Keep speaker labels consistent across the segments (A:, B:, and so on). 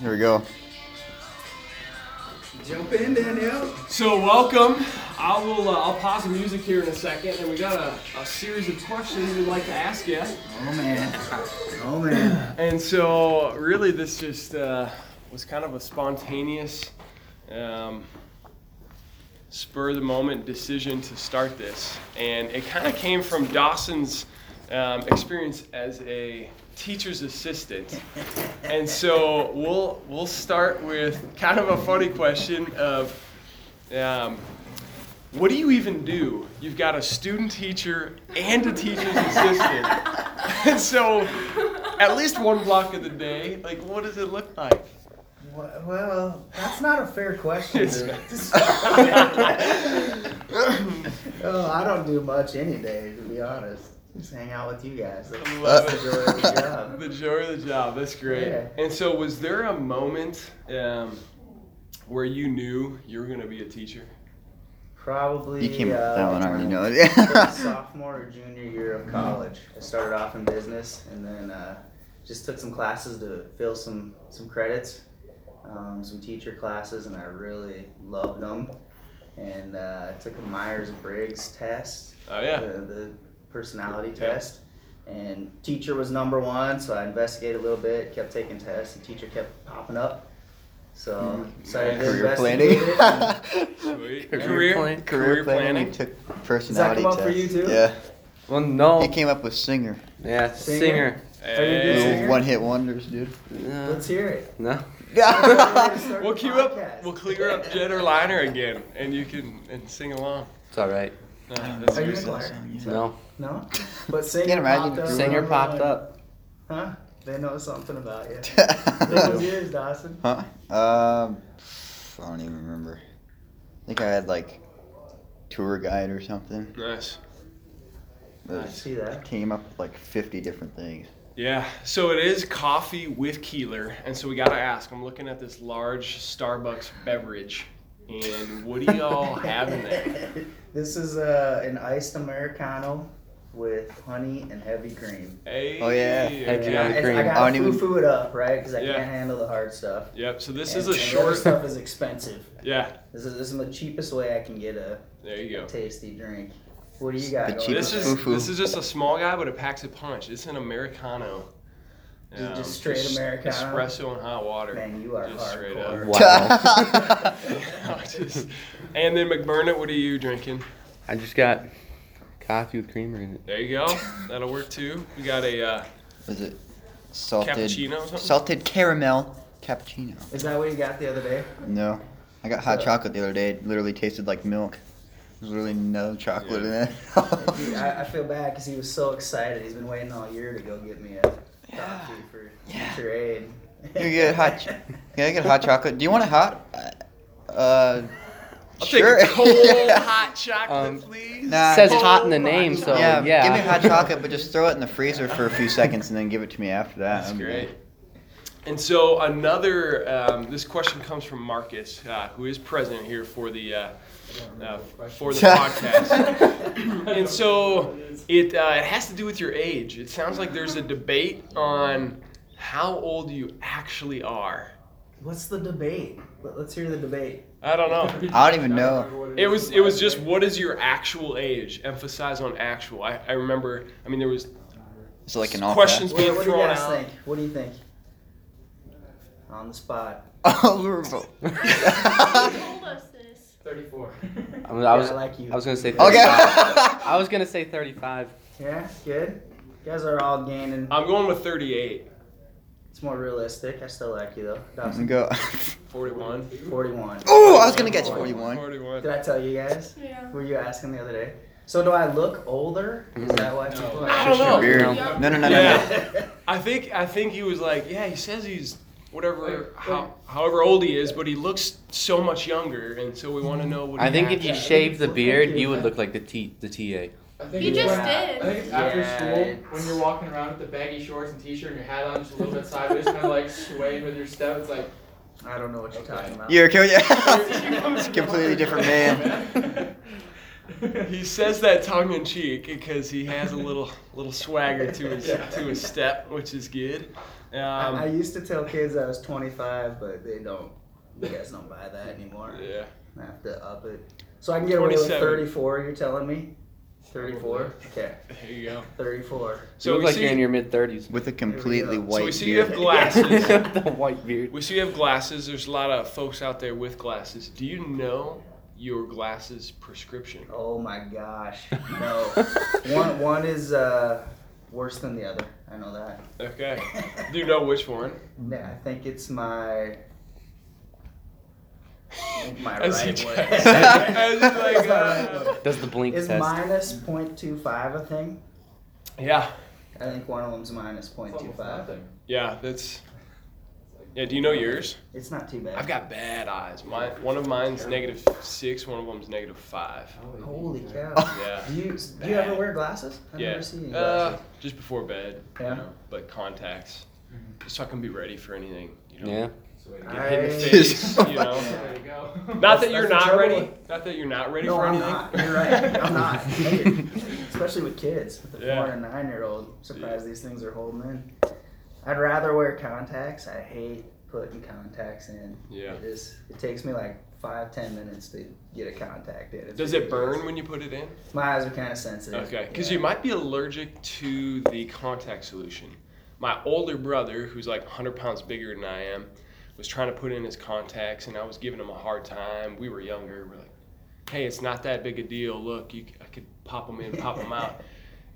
A: Here we go.
B: Jump in, Danielle.
C: So welcome. I will. Uh, I'll pause the music here in a second, and we got a, a series of questions we'd like to ask you.
B: Oh man. Oh man.
C: And so, really, this just uh, was kind of a spontaneous, um, spur of the moment decision to start this. And it kind of came from Dawson's um, experience as a teacher's assistant. And so, we'll, we'll start with kind of a funny question of um, what do you even do? You've got a student teacher and a teacher's assistant. and so, at least one block of the day, like, what does it look like?
B: Wha- Well, that's not a fair question.
C: It's-
B: dude. oh, I don't do much any day, to be honest. Just hang out with you guys. That's
C: I love it.
B: enjoy the job.
C: The joy of the job. That's great.
B: Yeah.
C: And so, was there a moment um, where you knew you were going to be a teacher?
B: Probably.
A: You came up
B: uh,
A: with that one. I already know it.
B: sophomore or junior year of college. I started off in business and then uh, just took some classes to fill some some credits, um, some teacher classes, and I really loved them. And uh, I took a Myers Briggs test,
C: Oh, yeah.
B: the, the personality
C: Yeah.
B: test. And teacher was number one, so I investigated a little bit, kept taking tests, and teacher kept popping up. So decided to
A: Career
B: investigate
A: planning.
B: it. and-
C: Sweet.
D: Career
C: Career,
D: plan-
A: Career planning. I took
B: Does that
A: personality
B: come up for
A: test.
B: you too? Oh.
A: Yeah.
D: Well,
A: He
D: no.
A: came up with singer.
D: Yeah,
B: Singer?
D: singer.
B: Hey.
C: Hey.
A: Little One hit wonders, dude.
D: No.
B: Let's hear it.
D: no.
C: We'll cue up. We'll clear up Jed or Liner again, and you can and sing along.
D: It's all right.
C: No, that's
B: Are you
C: good.
B: in choir?
D: No.
B: No, but singer
A: imagine
B: popped up.
A: if you
D: Singer
B: I'm
D: popped
B: like,
D: up.
B: Huh? They know something about you. what was
A: huh?
B: yours, Dawson?
A: Um, I don't even remember. I think I had like tour guide or something.
C: nice.
A: That
B: I
A: was-
B: see that.
A: I came up with like 50 different things.
C: Yeah, so it is coffee with Keeler, and so we gotta ask. I'm looking at this large Starbucks beverage, and what do y'all have in there?
B: this is uh, an iced americano with honey and heavy cream.
C: Hey,
A: Oh, yeah.
D: Heavy
C: okay.
D: cream.
B: I
A: I
B: gotta
A: don't even-
B: foo foo it up, right? Because I
C: Yeah.
B: can't handle the hard stuff.
C: Yep. So this
B: And-
C: is a
B: and the other
C: short.
B: stuff is expensive.
C: Yeah,
B: This is, this is the cheapest way I can get a
C: there you go.
B: tasty drink. What do you got?
A: The
B: going
A: cheapest
C: This
B: on?
C: is
A: Foo-foo.
C: this is just a small guy, but it packs a punch. It's an americano. Um,
B: Just- just straight Americano?
C: Espresso and hot water.
B: Man, you are
C: Just straight up.
B: hardcore.
D: Wow.
C: Just- and then McBurnett, what are you drinking?
D: I just got coffee with creamer in it.
C: There you go. That'll work too. We got a uh,
A: Was it salted?
C: Cappuccino or something?
A: Salted caramel cappuccino.
B: Is that what you got the other day?
A: No. I got hot
B: Yeah.
A: chocolate the other day. It literally tasted like milk. There's literally no chocolate in
B: Dude,
A: it.
B: I, I feel bad because he was so excited. He's been waiting all year to go get me a
A: Yeah.
B: coffee for
A: Yeah.
B: future aid.
A: you get hot. Ch- can I get hot chocolate? Do you want it hot? Uh,
C: I'll
A: sure.
C: take a cold
A: Yeah.
C: hot chocolate,
D: Um,
C: please.
A: Nah.
D: Says
C: Cold
D: hot in the name,
C: chocolate.
D: so
A: yeah,
D: yeah.
A: give me hot chocolate, but just throw it in the freezer for a few seconds and then give it to me after that.
C: That's
A: That'd be
C: great. And so another, um, this question comes from Marcus, uh, who is present here for the uh, uh, for the podcast. and so it uh, it has to do with your age. It sounds like there's a debate on how old you actually are.
B: What's the debate? Let, us hear the debate.
C: I don't know.
A: I don't even know.
C: It was it was just what is your actual age? Emphasize on actual. I, I remember. I mean, there was
A: It's like an all
C: Questions.
B: What,
C: being
B: what do you
C: thrown
B: guys
C: out.
B: think? What do you think? On the spot.
E: told us this.
D: I was, I
B: Yeah, I
D: was,
B: like you.
D: I was gonna say. 35.
A: okay.
D: I was gonna say 35.
B: Yeah, good. You guys are all gaining.
C: I'm going with 38,
B: It's more realistic. I still like you though.
A: Let me
B: Dawson,
A: go.
C: 41.
B: 41.
A: Oh, I was gonna guess 41.
C: 41.
B: Did I tell you guys?
E: Yeah.
B: Were you asking the other day? So do I look older? Is that
D: Mm-hmm.
B: why
C: No.
B: people
C: I
A: Just
C: don't
A: your
C: know.
A: beard.
E: Yeah.
A: No, no, no, no, no.
B: know.
C: I think I think he was like, yeah, he says he's whatever, how, however old he is, but he looks so much younger, and so we want to know what.
D: I
C: he
D: think if
C: acts
D: you
C: like.
D: shaved the beard, you would look like the T, the TA.
F: I think
E: You
F: it's
E: just
F: when-
E: did.
F: I think it's after
B: Yeah,
F: school
B: it's-
F: when you're walking around with the baggy shorts and t-shirt and your hat on just a little bit sideways, kind of like swaying with your step. It's like
B: I don't know what you're talking about.
A: You're kidding.
F: here comes
A: It's a completely different man.
F: man.
C: He says that tongue in cheek because he has a little little swagger to his to his step, which is good.
B: I- I
C: Um,
B: used to tell kids I was 25, but they don't. You guys don't buy that anymore.
C: yeah.
B: I have to up it. So I can get away with
C: 27.
B: 34. You're telling me? 34. Okay,
C: There you go.
B: 34.
D: So you
C: So
D: look
C: we
D: like
C: see
D: you're in your mid 30s.
A: With a completely
B: So we
A: white
C: see you
A: beard.
C: have Glasses.
D: the white beard.
C: we see you have glasses. There's a lot of folks out there with glasses. Do you know your glasses prescription?
B: Oh my gosh. No. one one is uh, worse than the other. I know that.
C: Okay. Do you know which one?
B: Yeah, I think it's my. My
C: As he
B: right one.
C: checks. I was
B: It's
C: like,
B: my
C: uh,
B: right one.
D: Does the blink
B: Is
D: test?
B: minus 0.25 a thing?
C: Yeah.
B: I think one of them's minus 0.25.
C: Yeah. That's. Yeah. Do you know yours?
B: It's not too bad.
C: I've got bad eyes. My one of mine's negative six. One of them's negative five.
B: Holy cow.
C: Yeah.
B: Do you do you ever wear glasses? I've
C: yeah.
B: never seen you.
C: uh, just before bed.
B: Yeah. Mm-hmm.
C: You know, but contacts, just so I can be ready for anything. You know.
D: Yeah.
C: Get hit in the
B: I-
C: face. you know.
F: There you go.
C: Not that
B: That's-
C: you're
B: that's the
C: not
B: trouble
C: ready. Not that you're not ready
B: no,
C: for
B: I'm
C: anything.
B: not. You're right. I'm not. Hey, Especially with kids, with a
C: Yeah.
B: four and a nine year old. Surprised these things are holding in. I'd rather wear contacts. I hate putting contacts in.
C: Yeah.
B: It is. It takes me like five ten minutes to get a contact in. It's
C: Does it
B: ridiculous.
C: burn when you put it in?
B: My eyes are kind of sensitive.
C: Okay, because
B: Yeah.
C: you might be allergic to the contact solution. My older brother, who's like 100 pounds bigger than I am, was trying to put in his contacts, and I was giving him a hard time. We were younger. We're like, "Hey, it's not that big a deal. Look, you, c- I could pop them in, pop them out."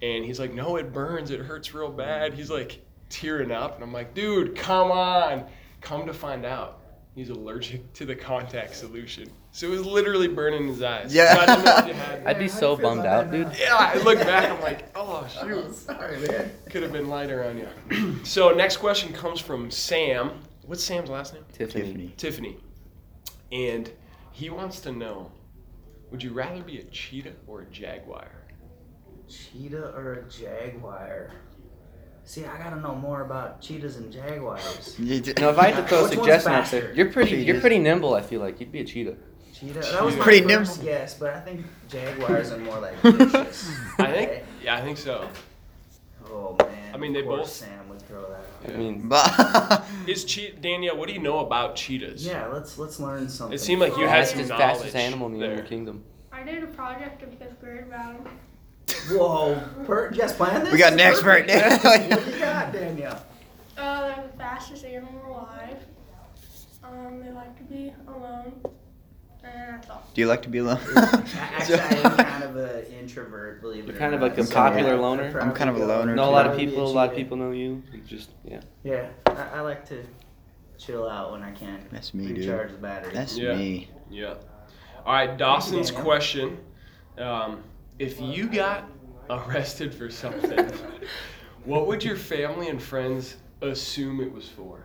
C: And he's like, "No, it burns. It hurts real bad." He's like tearing up, and I'm like, "Dude, come on." Come to find out, he's allergic to the contact solution, so it was literally burning his eyes.
A: Yeah.
C: So I don't know if you had
B: Yeah,
D: I'd be
B: how
D: so
B: do you feel
D: bummed
B: about
D: out,
B: that
D: dude.
B: now?
C: yeah, I look back, I'm like, oh
B: Oh,
C: shoot,
B: sorry, man.
C: could have been lighter on you. so next question comes from Sam. What's Sam's last name?
D: Tiffany.
A: Tiffany.
C: Tiffany. And he wants to know, would you rather be a cheetah or a jaguar?
B: Cheetah or a jaguar? See, I gotta know more about cheetas and jaguars.
A: You d-
D: Now, if I had to throw a
B: Which one's
D: suggestion out there,
B: faster?
D: you're pretty, you're
A: Cheetahs.
D: pretty nimble. I feel like you'd be a cheetah.
B: Cheetah. That was my
A: Pretty
B: first
A: nimble.
B: guess, but I think jaguars are more like vicious.
C: I think. Yeah, I think so.
B: Oh man.
C: I mean, they
B: of course
C: both-
B: Sam would throw that. Out.
D: I mean,
A: But-
C: Is cheetah Danielle? What do you know about cheetahas?
B: Yeah, let's let's learn something.
C: It seemed like you had
D: that's
C: some
D: the
C: knowledge.
D: fastest animal in the
C: there.
D: animal kingdom.
E: I did a project in fifth grade about him.
B: Whoa, per- you guys planned this?
A: we got an expert.
B: Perfect. what do
A: now.
B: you got, Danielle?
E: Uh, they're the fastest animal alive. Um, they like to be alone. And that's all.
A: Do you like to be alone?
B: I- Actually, I'm kind of an introvert. Believe it
D: You're
B: or
D: kind of
B: not,
D: like a
B: so
D: popular
B: I'd
D: loner. I'm
B: probably
A: kind of a
B: go-
A: loner,
D: Know a lot of
B: Probably be
D: people. A lot of
B: cheetah.
D: people know you. You Just yeah.
B: Yeah, I, I like to chill out when I can.
A: That's me, dude.
B: Recharge the battery.
A: That's
C: Yeah.
A: me.
C: Yeah. All right, Dawson's
B: Daniel.
C: question. Um, if you got arrested for something, what would your family and friends assume it was for?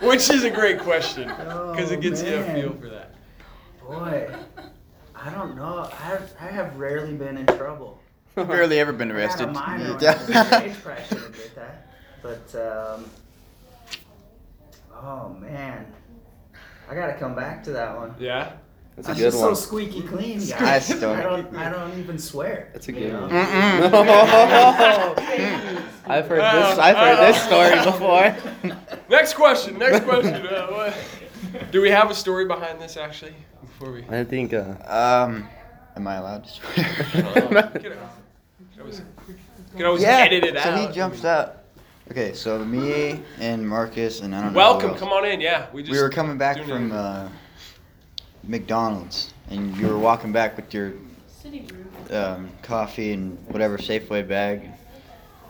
C: Which is a great question because
B: Oh,
C: it gets you a
B: man.
C: feel for that.
B: Boy, I don't know. I I have rarely been in trouble.
A: Barely ever been
B: I had
A: arrested.
B: a minor when I was
A: Yeah.
B: underage, probably shouldn't did that. But um, oh man, I gotta come back to that one.
C: Yeah.
D: That's a
B: I'm
D: good
B: just so
D: one.
B: squeaky clean, guys.
A: I
B: I,
A: still-
B: don't. I don't even swear.
D: That's a
B: you
D: good
B: know?
D: one.
A: Mm-mm.
D: I've heard
B: Oh,
D: this. I've heard this story before.
C: Next question. Next question. Uh, what- Do we have a story behind this actually? Before we.
D: I think. Uh,
A: Um, am I allowed to swear?
C: You can always, you can always edit it
A: so
C: out.
A: he jumps out. Okay, so me and Marcus and I don't know. who
C: Welcome.
A: else.
C: Come on in. Yeah. We just.
A: we were coming back
C: doing
A: from
C: it.
A: uh, McDonald's, and you were walking back with your
E: City group.
A: um, coffee and whatever Safeway bag.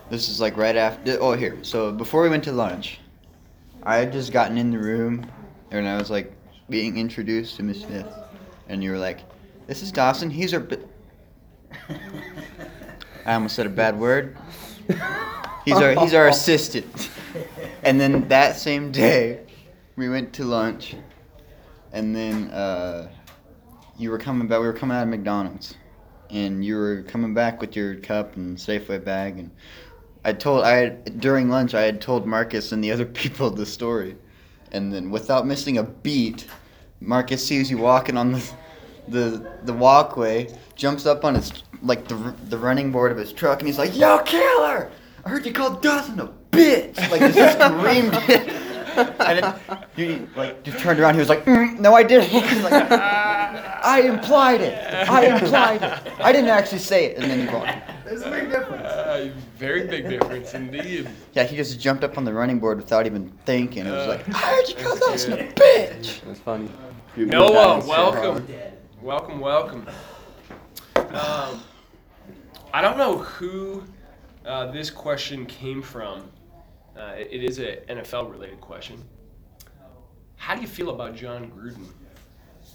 A: This is like right after. Oh, here. So before we went to lunch, I had just gotten in the room, and I was like being introduced to Miss Smith, and you were like, "This is Dawson. He's our." Bi-. I almost said a bad word. He's our he's our assistant. And then that same day, we went to lunch, and then uh, you were coming back. We were coming out of McDonald's, and you were coming back with your cup and Safeway bag. And I told I had- during lunch I had told Marcus and the other people the story, and then without missing a beat, Marcus sees you walking on the the the walkway, jumps up on his like the the running board of his truck, and he's like, "Yo, killer!" I heard you called Dawson a bitch. Like just screamed it. And it, you like just turned around. He was like, "Mm, No, I didn't. He's like, "Ah." I implied it. I implied it. I didn't actually say it. And then he walked.
B: There's a big difference.
C: Uh, very big difference indeed.
A: Yeah, he just jumped up on the running board without even thinking. It was like, I heard you called
C: That's
A: Dawson a
C: good.
A: bitch.
D: That's funny.
C: Noah,
D: Balance, yeah.
C: welcome. Welcome, welcome. Um, I don't know who uh, this question came from. Uh, it- it is an NFL related question. How do you feel about John Gruden?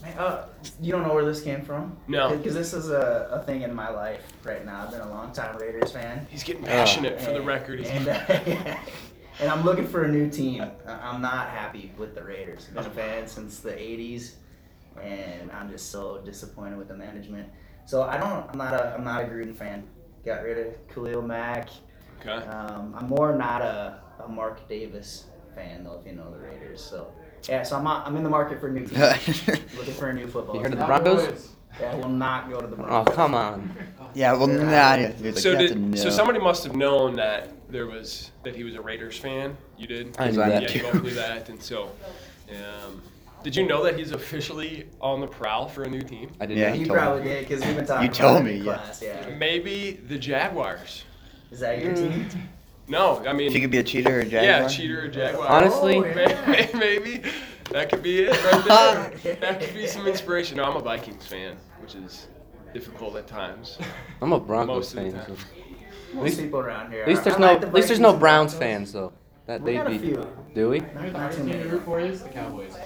B: Man, uh, you don't know where this came from?
C: No.
B: Because this is a, a thing in my life right now. I've been a long time Raiders fan.
C: He's getting passionate for the record. He's-
B: And, and I'm looking for a new team. I- I'm not happy with the Raiders. I've been a fan since the 80s, and I'm just so disappointed with the management. So I don't. I'm not a. I'm not a Gruden fan. Got rid of Khalil Mack.
C: okay.
B: Um, I'm more not a, a Mark Davis fan though, if you know the Raiders. So yeah. So I'm. Not, I'm in the market for a new team. looking for a new football.
D: You heard
B: team.
D: of the Broncos?
B: Yeah, I will not go to the
D: Oh,
B: Broncos.
D: come on.
A: yeah, well, nah. yeah. He was like,
C: so,
A: "That's a
C: did, so
A: no."
C: somebody must have known that there was that he was a Raiders fan. You did.
D: I knew that
C: yeah,
D: too.
C: you both knew that, and so, um, did you know that he's officially on the prowl for a new team?
D: I didn't
A: Yeah,
D: know.
A: he
B: You
A: told
B: probably
A: me.
B: did because we've been talking.
A: You
B: about
A: told
B: it in
A: me, yeah.
B: Class, yeah.
C: Maybe the Jaguars.
B: Is that your team?
C: No, I mean,
A: If you could be a cheater or a jaguar.
C: yeah, cheater or Jaguar.
D: Honestly-
B: Oh, yeah.
C: May- maybe that could be it right there. that could be some inspiration. No, I'm a Vikings fan, which is difficult at times.
D: I'm a
C: Most
D: Broncos
C: of the
D: fan.
C: time.
D: so-
B: Most
D: least-
B: people around here.
D: At least
B: are-
D: there's
B: I
D: no.
B: like the
D: At least there's no
B: Vikings and
D: Browns
B: Broncos.
D: fans though. That
B: We
D: they'd
B: got a
D: be.
B: few.
D: Do we?
B: Not,
F: The
B: not
F: hardest
B: too
F: team to
B: many.
F: root for is the Cowboys.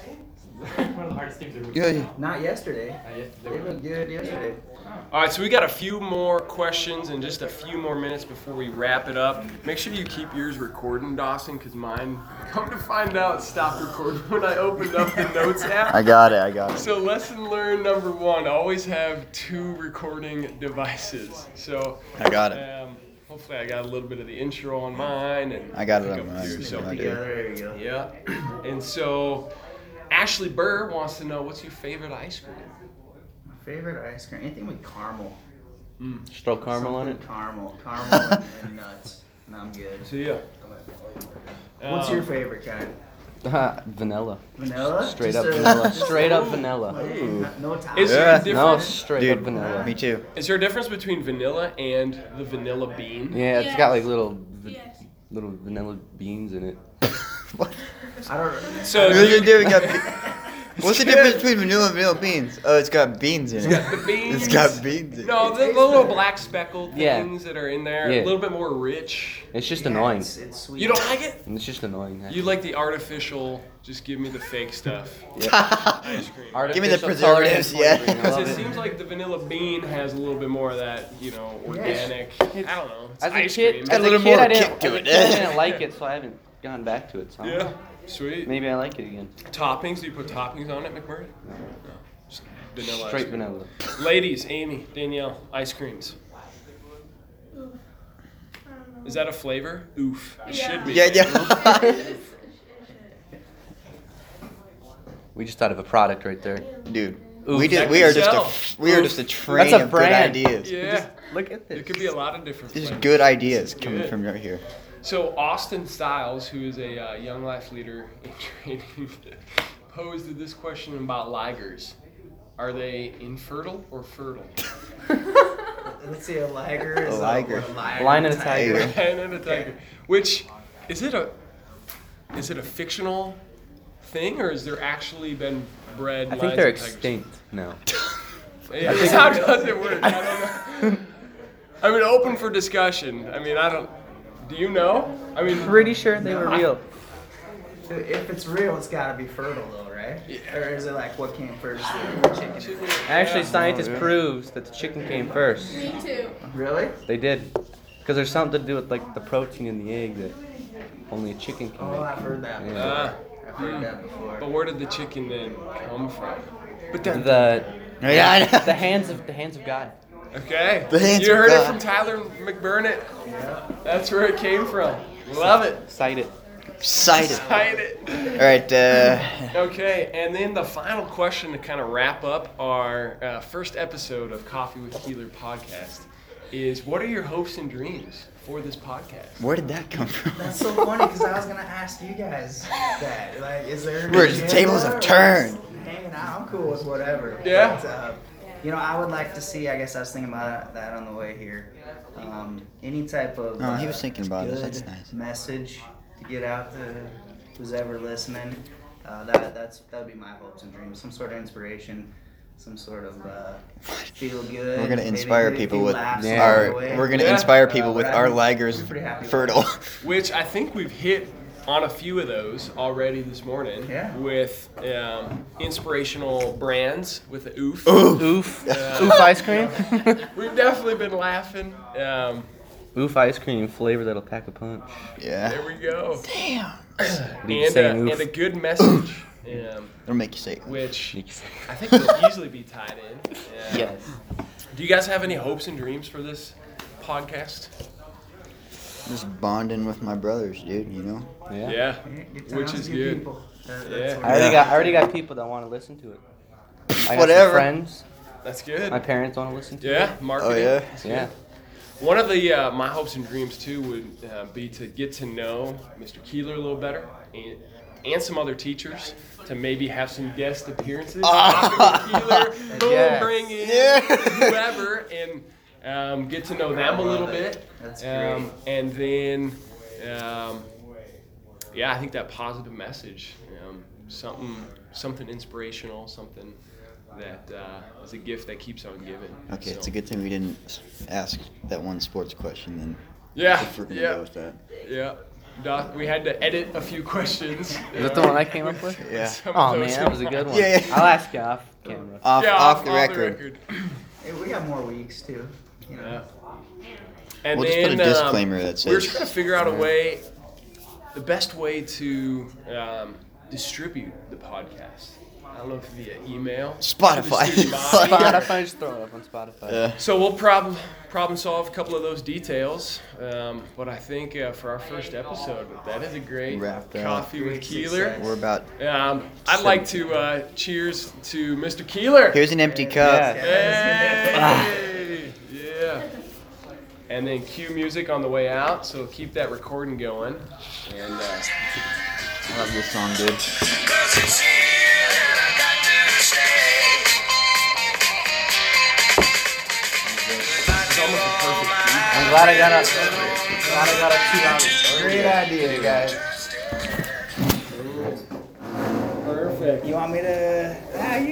F: One of the hardest teams to root for.
A: Yeah, yeah.
B: Not yesterday.
F: Not yet-
B: They looked good yesterday.
C: All right, so we got a few more questions and just a few more minutes before we wrap it up. Make sure you keep yours recording, Dawson, because mine, come to find out, stopped recording when I opened up the notes
A: I
C: app.
A: got it. I got it.
C: So, lesson learned number one always have two recording devices. So,
A: I got it.
C: um, hopefully, I got a little bit of the intro on mine. and
A: I got it
C: pick
A: on
C: up
A: mine.
C: yours, so-
A: I do.
B: Together, there you go.
C: Yeah. And so, Ashley Burr wants to know what's your favorite ice cream?
B: My favorite ice cream, anything with caramel.
D: Just throw caramel on it.
B: Something Caramel, caramel and, and nuts. And I'm good.
C: So, yeah.
B: What's
C: Um,
B: your favorite kind?
D: Ah, vanilla.
B: Vanilla?
D: Straight
B: Just
D: up
B: a-
D: vanilla.
B: just a-
D: Straight up vanilla.
B: Ooh, No top.
C: Is
A: Yeah.
C: there a
D: No,
C: difference?
D: straight up
A: Dude,
D: vanilla.
A: me too.
C: Is there a difference between vanilla and the vanilla bean?
D: Yeah, it's got like
E: Yes.
D: little v-
E: Yes.
D: little vanilla beans in it.
A: What?
B: I don't.
C: So
A: What
C: you-
A: you doing? Got be- What's the difference between vanilla and vanilla beans? Oh, it's got beans in it.
C: got the beans.
A: It's got beans in
C: no,
A: it.
C: the, the little black speckled
D: Yeah.
C: things that are in there,
D: Yeah.
C: a little bit more rich.
D: It's just
B: Yeah,
D: annoying.
B: It's, it's sweet.
C: You don't like it?
D: It's just annoying.
C: You like the artificial? Just give me the fake stuff. Ice cream.
A: Give me the preservatives, yeah.
C: Because it seems like the vanilla bean has a little bit more of that, you know, organic. I don't know. It's
D: As a
C: ice
D: kid,
A: Add
C: cream.
D: as
A: a
D: a
A: little
D: kid,
A: more
D: I
A: kick
D: didn't,
A: to
D: as a
A: it.
D: kid, I didn't like it, so I haven't gone back to it. So I don't
C: Yeah.
D: know.
C: Sweet.
D: maybe I like it again.
C: Toppings? Do you put toppings on it, McMurray? No. Just vanilla. ice
D: Straight
C: cream.
D: vanilla.
C: Ladies, Amy, Danielle, ice creams.
E: I don't know.
C: Is that a flavor? Oof. It
E: Yeah.
C: should be.
A: Yeah, yeah.
D: We just thought of a product right there.
A: Dude,
D: Oof.
A: we did.
C: That
A: We
C: can
A: are just a.
C: sell.
A: f- We are just a train
D: That's a
A: of good
D: brand.
A: ideas.
C: Yeah.
D: Look at this.
C: It could be a lot of different
A: Just
C: flavors.
A: good ideas coming
C: good.
A: from right here.
C: So Austin Stiles, who is a uh, young life leader in training, posed this question about ligers. Are they infertile or fertile?
B: Let's see, a liger is a,
A: liger.
B: A lion,
D: Lion and a
A: tiger.
D: tiger.
C: And then a tiger. Which is it a is it a fictional thing or has there actually been bred?
D: I
C: lions
D: think they're
C: and tigers?
D: extinct now.
C: Yeah, how does it work? I don't know. I mean, open for discussion. I mean, I don't. Do you know? I mean,
D: Pretty sure they were real.
B: If it's real, it's gotta be fertile though, right? Or is it like what came first, the Ah, chicken? or the egg?
D: Actually, scientists proves that the chicken came first.
E: Me too.
B: Really?
D: They did, because there's something to do with like the protein in the egg that only a chicken can
B: Oh,
D: make.
B: I've heard that. Before.
C: Uh,
B: I've heard that before.
C: but where did the chicken then come from? But then,
D: The
A: Yeah, I know.
D: the hands of the hands of God.
C: okay,
A: The hands
C: you
A: of
C: heard it
A: God.
C: from Tyler McBurnett. That's where it came from. Love it.
D: Cite it.
A: Excited.
C: Sign it.
A: All right. Uh,
C: Okay, and then the final question to kind of wrap up our uh, first episode of Coffee with Keeler podcast is what are your hopes and dreams for this podcast?
A: Where did that come from?
B: That's so funny because I was gonna ask you guys that. Like, is there? an
A: Where the
B: agenda
A: tables have
B: or
A: turned.
B: just Hanging out, I'm cool with whatever.
C: Yeah.
B: But, uh, you know, I would like to see. I guess I was thinking about that on the way here. Um, any type of.
A: Oh, he
B: uh,
A: was thinking about this.
B: good
A: That's nice.
B: Message to get out to who's ever listening. Uh, that that's that would be my hopes and dreams. Some sort of inspiration. Some sort of uh, feel good.
A: We're gonna
B: maybe
A: inspire
B: get a
A: people
B: few
A: with
B: laughs
D: Yeah.
B: along
A: our.
B: the way.
A: We're gonna
C: Yeah.
A: inspire people
B: Uh,
A: with
B: but
A: our
B: I'm-
A: lagers
B: I'm pretty happy with
A: fertile.
C: Which I think we've hit on a few of those already this morning
B: Yeah.
C: with um, inspirational brands with the oof.
D: Oof.
C: Yeah.
D: Oof ice cream.
C: We've definitely been laughing. Um,
D: Oof ice cream flavor that'll pack a punch.
A: yeah.
C: there we go.
A: Damn.
D: Make you
C: And
D: say
C: a, and
D: oof.
C: a good message, um,
A: It'll make you say.
C: which
D: Make you say-
C: I think will easily be tied in. Yeah.
D: Yes.
C: Do you guys have any hopes and dreams for this podcast?
A: Just bonding with my brothers, dude. You know.
D: Yeah.
C: Yeah.
B: Get
C: Which
B: to
C: is
B: know
C: good.
B: People. That- that's
C: Yeah.
D: I
B: what-
D: already
A: Yeah.
D: got. I already got people that want to listen to it. I got
A: Whatever.
D: Some friends.
C: That's good.
D: My parents want to listen to
C: Yeah, marketing.
A: Oh, yeah?
C: That's
D: it. Yeah.
C: good. One of the uh, my hopes and dreams too would uh, be to get to know Mr. Keeler a little better and, and some other teachers to maybe have some guest appearances.
A: Ah.
C: Dr. Keeler, boom,
D: Yes.
C: bring in
A: Yeah.
C: whoever and um, get to know them a
B: love
C: little
B: it.
C: bit.
B: That's
C: Um, and then, um, yeah, I think that positive message, um, something, something inspirational, something that uh, is a gift that keeps on giving.
A: Okay, it's
C: So-
A: a good thing we didn't ask that one sports question then.
C: Yeah,
A: If we're gonna go
C: yeah,
A: with that.
C: yeah. Doc, we had to edit a few questions.
D: Is that the one I came up with?
A: Yeah.
C: Some of
D: Oh man,
C: those-
D: that was a good one.
A: Yeah, yeah.
D: I'll ask you off camera.
A: Off,
C: Yeah,
A: off, the record.
B: Hey, we got more weeks too. You know.
C: Yeah. And
A: We'll just put a
C: then um,
A: disclaimer that
C: we were
A: says-
C: trying to figure out a way, the best way to um, distribute the podcast. I don't know if via email,
A: Spotify.
C: to the student body, or-
D: Spotify, just throw it up on Spotify.
A: Uh,
C: So we'll problem problem solve a couple of those details, um, but I think uh, for our first episode, that is a great
A: Wrap it up.
C: coffee with
B: Great
C: Keeler.
B: success.
A: we're about.
C: Um, I'd like to uh, cheers to Mr. Keeler.
A: Here's an empty cup.
D: Yeah.
C: Hey! yeah. And then cue music on the way out, so keep that recording going. And uh,
A: I love this song, dude.
G: Cause it's here and I got to stay.
C: it's almost a perfect beat.
D: I'm glad I got up. Glad I got up two hours.
B: Great idea, guys.
C: Perfect.
B: You want me to? Ah, you